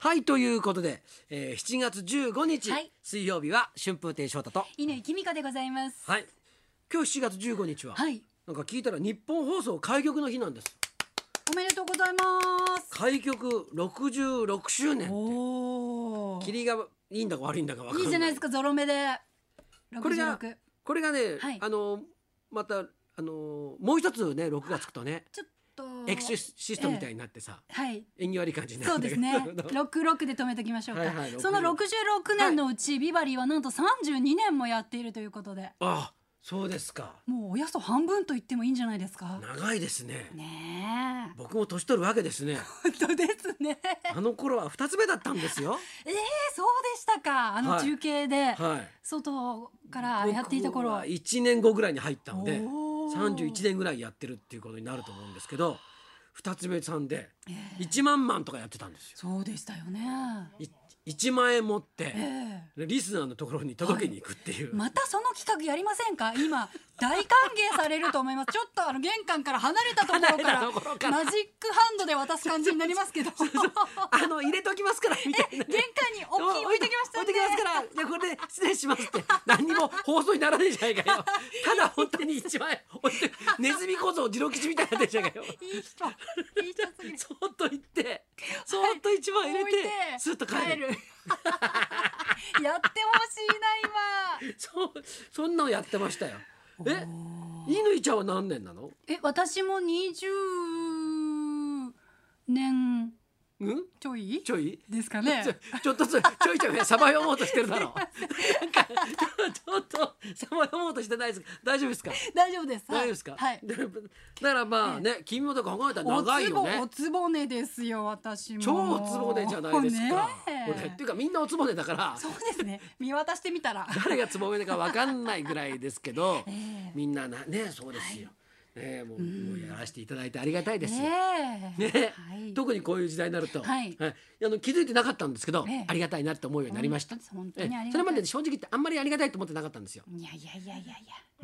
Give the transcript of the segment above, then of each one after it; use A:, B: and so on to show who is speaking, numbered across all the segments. A: はいということで、えー、7月15日、
B: はい
A: 水曜日は春風亭昇太と
B: 乾きみかでございます。
A: はい今日7月15日は、
B: はい、
A: なんか聞いたら日本放送開局の日なんです
B: おめでとうございます。
A: 開局66周年
B: おお。
A: 霧がいいんだか悪いんだかわかんない
B: いいじゃないですか、ゾロ目で。
A: これが
B: 66
A: これがね、
B: はい
A: あのまたあのもう一つね6月つくとね
B: ちょっと。
A: エクシストみたいになってさ、
B: はい。
A: 縁起悪い感じになる
B: そうん
A: だけ
B: です
A: ど
B: ね。六六で止めときましょうか。
A: はいはい66
B: その六十六年のうち、ビバリーはなんと三十二年もやっているということで。
A: あそうですか
B: もうおよそ半分と言ってもいいんじゃないですか。
A: 長いですね
B: ねえ。
A: 僕も年取るわけですね
B: 本当ですね。
A: あの頃は二つ目だったんですよ
B: ええそうでしたか。あの
A: はい
B: 中継で。
A: はい
B: 外からやっていた頃
A: 僕は1年後ぐらいに入ったので
B: おー
A: 31年ぐらいやってるっていうことになると思うんですけど二つ目さんで1万万とかやってたんですよ
B: そうでしたよね。
A: い1万円持っ
B: え
A: て
B: え
A: リスナーのところに届けに行くっていう、
B: またその企画やりませんか今大歓迎されると思いますちょっとあの玄関から離れたところか
A: 離
B: ら
A: れたところから
B: マジックハンドで渡す感じになります けど玄関
A: あの入れときますからみた いな
B: に大きい置いてきましたん
A: 置
B: で
A: いてきますからじゃあこれで失礼しますって何にも放送にならないじゃないかよただ本当に1万円置いてネズミ小僧次郎吉みたいになってるじゃないかよ
B: いい人いい人すぎる
A: そーっと行ってそーっと1万円入れて、
B: 置いて
A: スッと帰る
B: やってほしいな
A: そうそんなのやってました よえ
B: 今
A: 乾ちゃんは何年なの
B: え私も20年
A: うん
B: ちょい
A: ちょい
B: ですかね
A: ちょちょっとずつちょいちょいさばよもうとしてる だろなんかちょっとさばよもうとしてないです大丈夫ですか
B: 大丈夫です
A: 大丈夫ですか、
B: はい
A: だからだからまあね、君もとか考えたら
B: お
A: 長い
B: つぼ
A: よね
B: おつぼねですよ私も
A: 超おつぼねじゃないですか。
B: ね
A: これっていうかみんなおつぼねだから
B: そうですね見渡してみた ら、
A: 誰がつぼねかわかんないぐらいですけ ど
B: え、え
A: みんななねそうですよ。ねもうもうやらせていただいてありがたいですよ。
B: ねえ
A: ね
B: はい、
A: 特にこういう時代になると、
B: はい
A: あの気づいてなかったんですけど、
B: ええ
A: ありがたいなって思うようになりました。
B: 本当に本当にあ
A: え
B: りがたい
A: えそれまでね正直言ってあんまりありがたいと思ってなかったんですよ。
B: いやいやいやいやいや、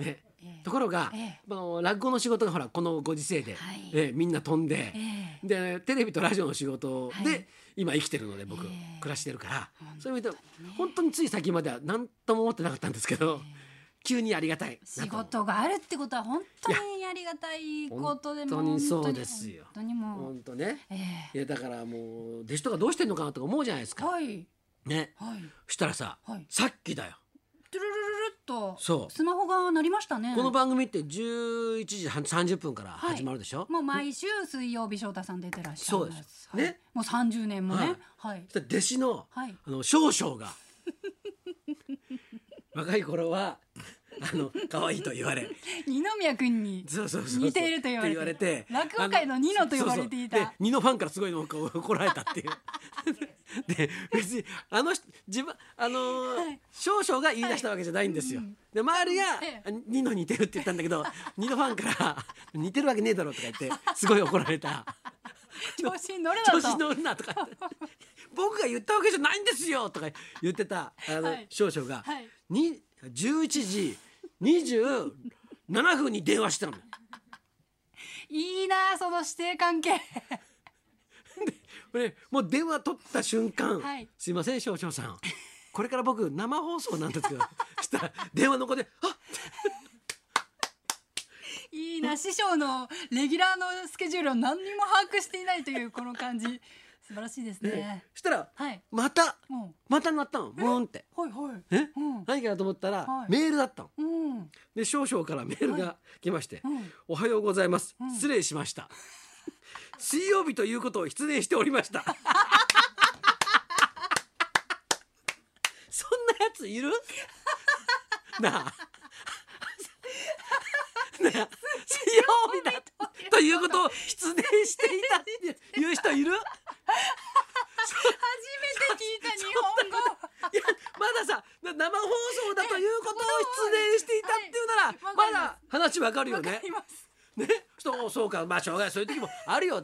A: ね
B: ええ
A: ところが、
B: ええ
A: あの落語の仕事がほらこのご時世で、
B: はい
A: ええみんな飛んで、
B: ええ
A: でテレビとラジオの仕事で、
B: はい
A: 今生きてるので僕、
B: ええ
A: 暮らしてるから
B: 本当にね
A: そういう意味で本当につい先までは何とも思ってなかったんですけど、急にありがたいな
B: 仕
A: と
B: 事があるってことは本当にありがたいことで
A: いや
B: も
A: 本当にそうですよ
B: 本当にもう、
A: 本当ね
B: え
A: いやだからもう弟子とかどうしてんのかなとか思うじゃないです
B: え
A: か。
B: はい
A: ね
B: はい
A: したらさ、
B: はい
A: さっきだよ
B: トゥルルルルっと
A: そう
B: スマホが鳴りましたね
A: この番組って11時30分から始まるでしょ、
B: もう毎週水曜日翔太さん出てらっしゃい
A: そう
B: ま
A: ですす
B: はい
A: ね
B: もう30年もねはい
A: そしたら弟子の,、
B: はい
A: あの少々が若い頃はあの可愛いと言われ
B: 二宮 君に
A: そうそうそうそう
B: 似ていると言われて
A: って言われて
B: 落語界のニノと呼ばれていた
A: あのそうそうでニノファンからすごいのを怒られたって いう。で別にあの人自分あのー
B: はい
A: 少々が言い出したわけじゃないんですよ。で周りが
B: え
A: 「ニノ似てる」って言ったんだけ どニノファンから「似てるわけねえだろ」とか言ってすごい怒られた。
B: 調子に乗る
A: 調
B: な
A: 子に
B: と
A: 乗るなとか言って僕が言ったわけじゃないんですよとか言ってたあの、
B: はい
A: 少々が、
B: はい
A: に11時27分に電話したの
B: いいなその師弟関係
A: これもう電話取った瞬間「
B: はい
A: すいません少々さんこれから僕生放送なんですけど」したら電話の子で「あ
B: いいな師匠のレギュラーのスケジュールを何にも把握していないというこの感じ素晴らしいです
A: ね
B: ね
A: したら、
B: はい
A: また
B: うん
A: またなったのブーンって。
B: はいはい
A: え、
B: うん
A: 何かなと思ったら、
B: はい
A: メールだったの。
B: うん
A: で少々からメールが来まして、
B: うん
A: おはようございます、
B: うん
A: 失礼しました水曜日ということを失礼しておりましたそんなやついるなあなあ水曜日だということを失礼していたっていう人いる
B: 初めて聞いた日 本語
A: いやまださな生放送だということを失礼していたっていうなら、
B: はい
A: まだ話わかるよ
B: わ
A: ね
B: かります
A: ね、そうそうかまあしょうがないそういう時もあるよ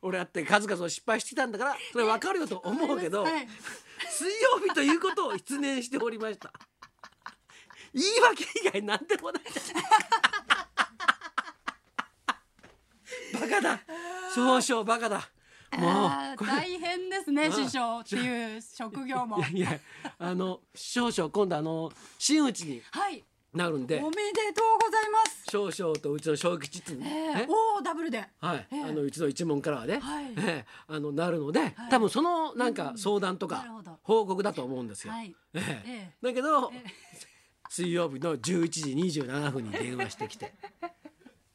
A: 俺だって数々の失敗してきたんだからそれ分かるよと思うけど、
B: わかりますはい
A: 水曜日ということを失念しておりました言い訳以外何でもないじゃないバカだ少々バカだも
B: あー
A: うこれ
B: 大変ですね
A: うん
B: 師匠っていう職業も
A: いやいやあの少々今度あの真打ちに
B: はい
A: なるん
B: お
A: で
B: めでとうございます
A: 少々とうちの小吉っていう
B: え
A: ね、
B: ー
A: ね
B: おーダブルで
A: はい、
B: ええ
A: あのうちの一門からはね、
B: はい
A: ええあのなるので、多分そのなんか相談と
B: な
A: か
B: るほど
A: 報告だと思うんですよ。
B: はい
A: ええ
B: ええ
A: だけど、 水曜日の11時27分に電話してきて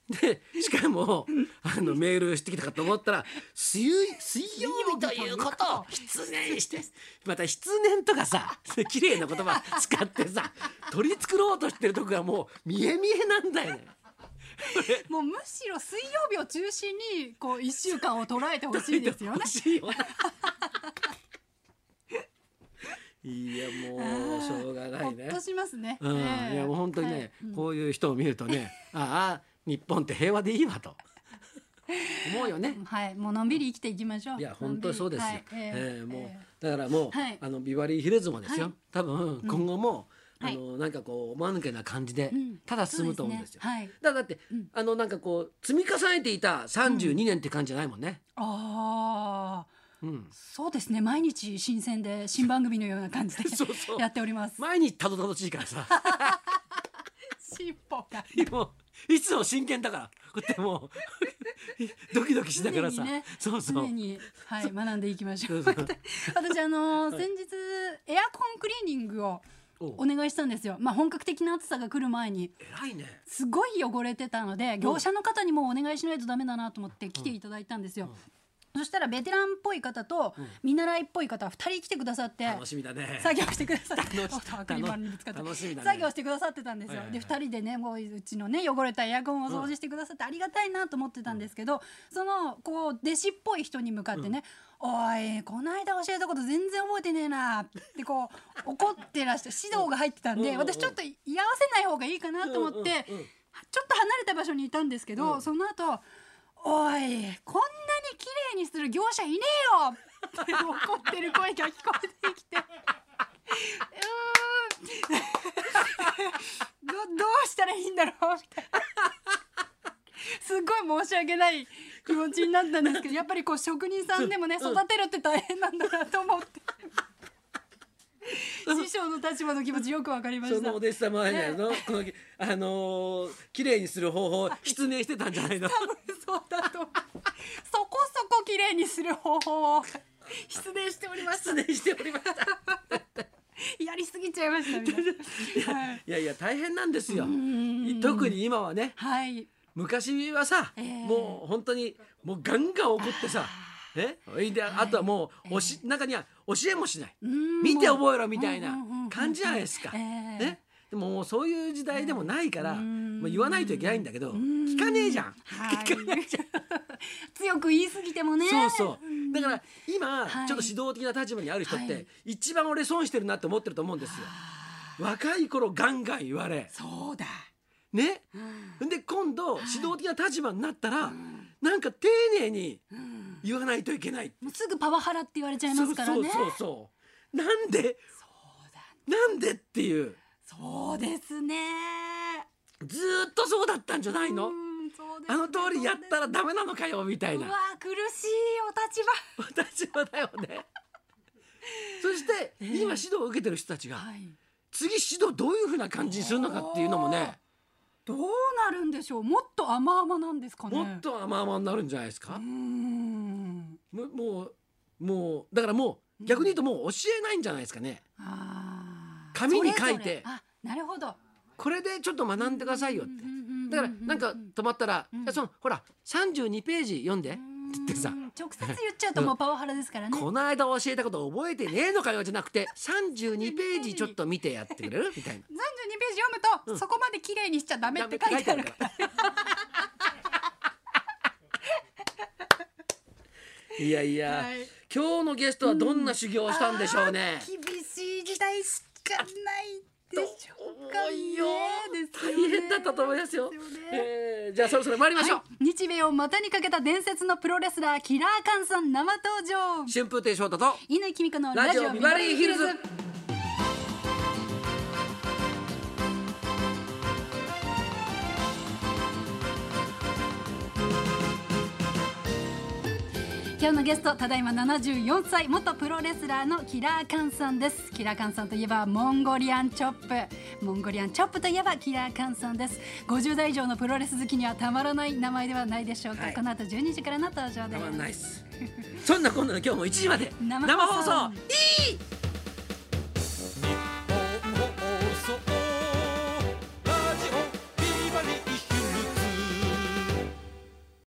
A: でしかもあのメールしてきたかと思ったら水水曜日ということを失念してまた失念とかさ綺麗な言葉使ってさ取り繕ろうとしてるとこがもう見え見えなんだよね。
B: もうむしろ水曜日を中心にこう一週間を捉えてほしいですよね
A: 欲しいよね いやもうしょうがな
B: ほ
A: い
B: っ
A: ね
B: と。しますね
A: うん、
B: ええ
A: いやもう本当にね、
B: はい
A: こういう人を見ると ね、ああ日本って平和でいいわと思うよね
B: う。んはいもうのんびり生きていきましょう
A: いや本当そうですよ。ええもう、だからもう、
B: はい
A: あのビバリーヒルズもですよ。
B: はい
A: 多分今後も、
B: うんはい
A: あのなんかこう間抜けな感じで、
B: うん
A: ただ進むと思うんですよ。
B: そうねはい
A: だからだって、
B: うん
A: あのなんかこう積み重ねていた32年って感じじゃないもんね。
B: ああ
A: うん
B: そうですね毎日新鮮で新番組のような感じで
A: そうそう
B: やっております
A: 毎日たどたどしいからさ
B: 尻尾が
A: もういつも真剣だからこうやっても うドキドキしながらさ、
B: 常にね
A: そうそう
B: 常に、はい、学んでいきましょう。
A: そう
B: 私、あのー先日、エアコンクリーニングを
A: お
B: お願いしたんですよ。まあ、本格的な暑さが来る前に、
A: 偉いね
B: すごい汚れてたので、業者の方にもお願いしないとダメだなと思って来ていただいたんですよ。そしたら、ベテランっぽい方と、見習いっぽい方、二人来てくださって。
A: 楽しみだね
B: 作業してくださって
A: 楽し
B: おっとアクリル板にぶつかって
A: 楽しみだね
B: 作業してくださってたんですよ、
A: はいはいはい
B: で2人でねもううちのね汚れたエアコンを掃除してくださってありがたいなと思ってたんですけど、そのこう弟子っぽい人に向かってね「おいこないだ教えたこと全然覚えてねえな」ってこう怒ってらして指導が入ってたん
A: うんうん
B: で
A: うん
B: 私ちょっと居合わせない方がいいかなと思って
A: う
B: ち
A: ん
B: ょ
A: うんうん
B: っと離れた場所にいたんですけど、
A: うん
B: その後おいこんなに綺麗にする業者いねえよ!」って怒ってる声が聞こえてきて。うーんど どうしたらいいんだろうみたいなすっごい申し訳ない気持ちになったんですけどやっぱりこう職人さんでもね育てるって大変なんだなと思って師匠の立場の気持ちよくわかりま
A: そ
B: した
A: のお弟子様はね、
B: ね
A: あのこのあのー綺麗にする方法を失念してたんじゃないの。
B: そうだと思うそこそこ綺麗にする方法を失念しておりました
A: 失念しておりました。
B: やりすぎちゃいましたみたいなはい
A: いやいや大変なんですよ
B: んうんう。ん
A: 特に今はね、
B: はい
A: 昔はさ、
B: ええ
A: もう本当にもうガンガン怒ってさ、え、ほいで、あとはもうおし、中には教えもしない。
B: うん
A: 見て
B: もう
A: 覚えろみたい
B: うんうんうんう
A: なん感じじゃないですか。
B: ええ
A: ね。でももうそういう時代でもないから、
B: うん
A: もう言わないといけないんだけど、
B: うん
A: 聞かねえじゃん。
B: はい、強く言い過ぎてもね
A: そうそう
B: うん
A: だから今
B: はい
A: ちょっと指導的な立場にある人っ
B: は
A: て
B: い
A: 一番俺損してるなって思ってると思うんですよ。若い頃ガンガン言われ
B: そうだ、
A: ね
B: うん
A: で今度
B: い
A: 指導的な立場になったらなんか丁寧に
B: うん
A: 言わないといけない。
B: もうすぐパワハラって言われちゃいま
A: そ
B: す
A: う
B: から
A: そう
B: ね
A: そうそう。なんで
B: そうだ
A: なんでっていう
B: そうですね
A: ずーっとそうだったんじゃないの
B: うんそうです
A: あの通りやったらダメなのかよみたい
B: そうですう
A: な
B: わ苦しいお立場
A: 私はだよ ね。そして
B: ええ
A: 今指導を受けてる人たちが
B: い
A: 次指導どういうふうな感じにするのかっていうのもね
B: どうなるんでしょうもっと甘々なんですかね
A: もっと甘々になるんじゃないですか
B: う、ん
A: ももうもうだからもう逆に言うともう教えないんじゃないですかね
B: あー
A: 紙に書いて
B: それぞれあなるほど
A: これでちょっと学んでくださいよってだからなんか
B: って
A: 止まったら「
B: うん
A: いやそのほら32ページ読んで」って言ってさ
B: 直接言っちゃうともうパワハラですか
A: 「
B: らね
A: この間教えたこと覚えてねえのかよ」じゃなくて「32ページちょっと見てやってくれる?」みたいな。
B: 32ページ読むと、
A: うん
B: そこまで綺麗にしちゃダメって書いてあるから
A: いやいや、
B: はい
A: 今日のゲストはどんな修行をしたんでしょうね。
B: あー厳しい時代しかないでしょうか
A: 重いよ
B: ねですよ
A: 大
B: ね
A: 変だったと思いますよ
B: で。すよね
A: えーじゃあそろそろ参りましょう。
B: はい日米を股にかけた伝説のプロレスラーキラーカンさん生登場
A: 春風亭昇太と
B: 乾きみ子の
A: ラ
B: ラ
A: ジ
B: ジ
A: オ
B: オ
A: ビ
B: ビ
A: バ
B: バ
A: リ
B: リ
A: ー
B: ー
A: ヒ
B: ヒ
A: ル
B: ル
A: ズ
B: ズ。今日のゲストただいま74歳元プロレスラーのキラーカンさんですキラーカンさんといえばモンゴリアンチョップモンゴリアンチョップといえばキラーカンさんです50代以上のプロレス好きにはたまらない名前ではないでしょうか、
A: はい
B: この後12時からの登場
A: たまん
B: で
A: ないっすそんなこんなの今日も1時まで
B: 生
A: 生
B: 放送
A: 放送いい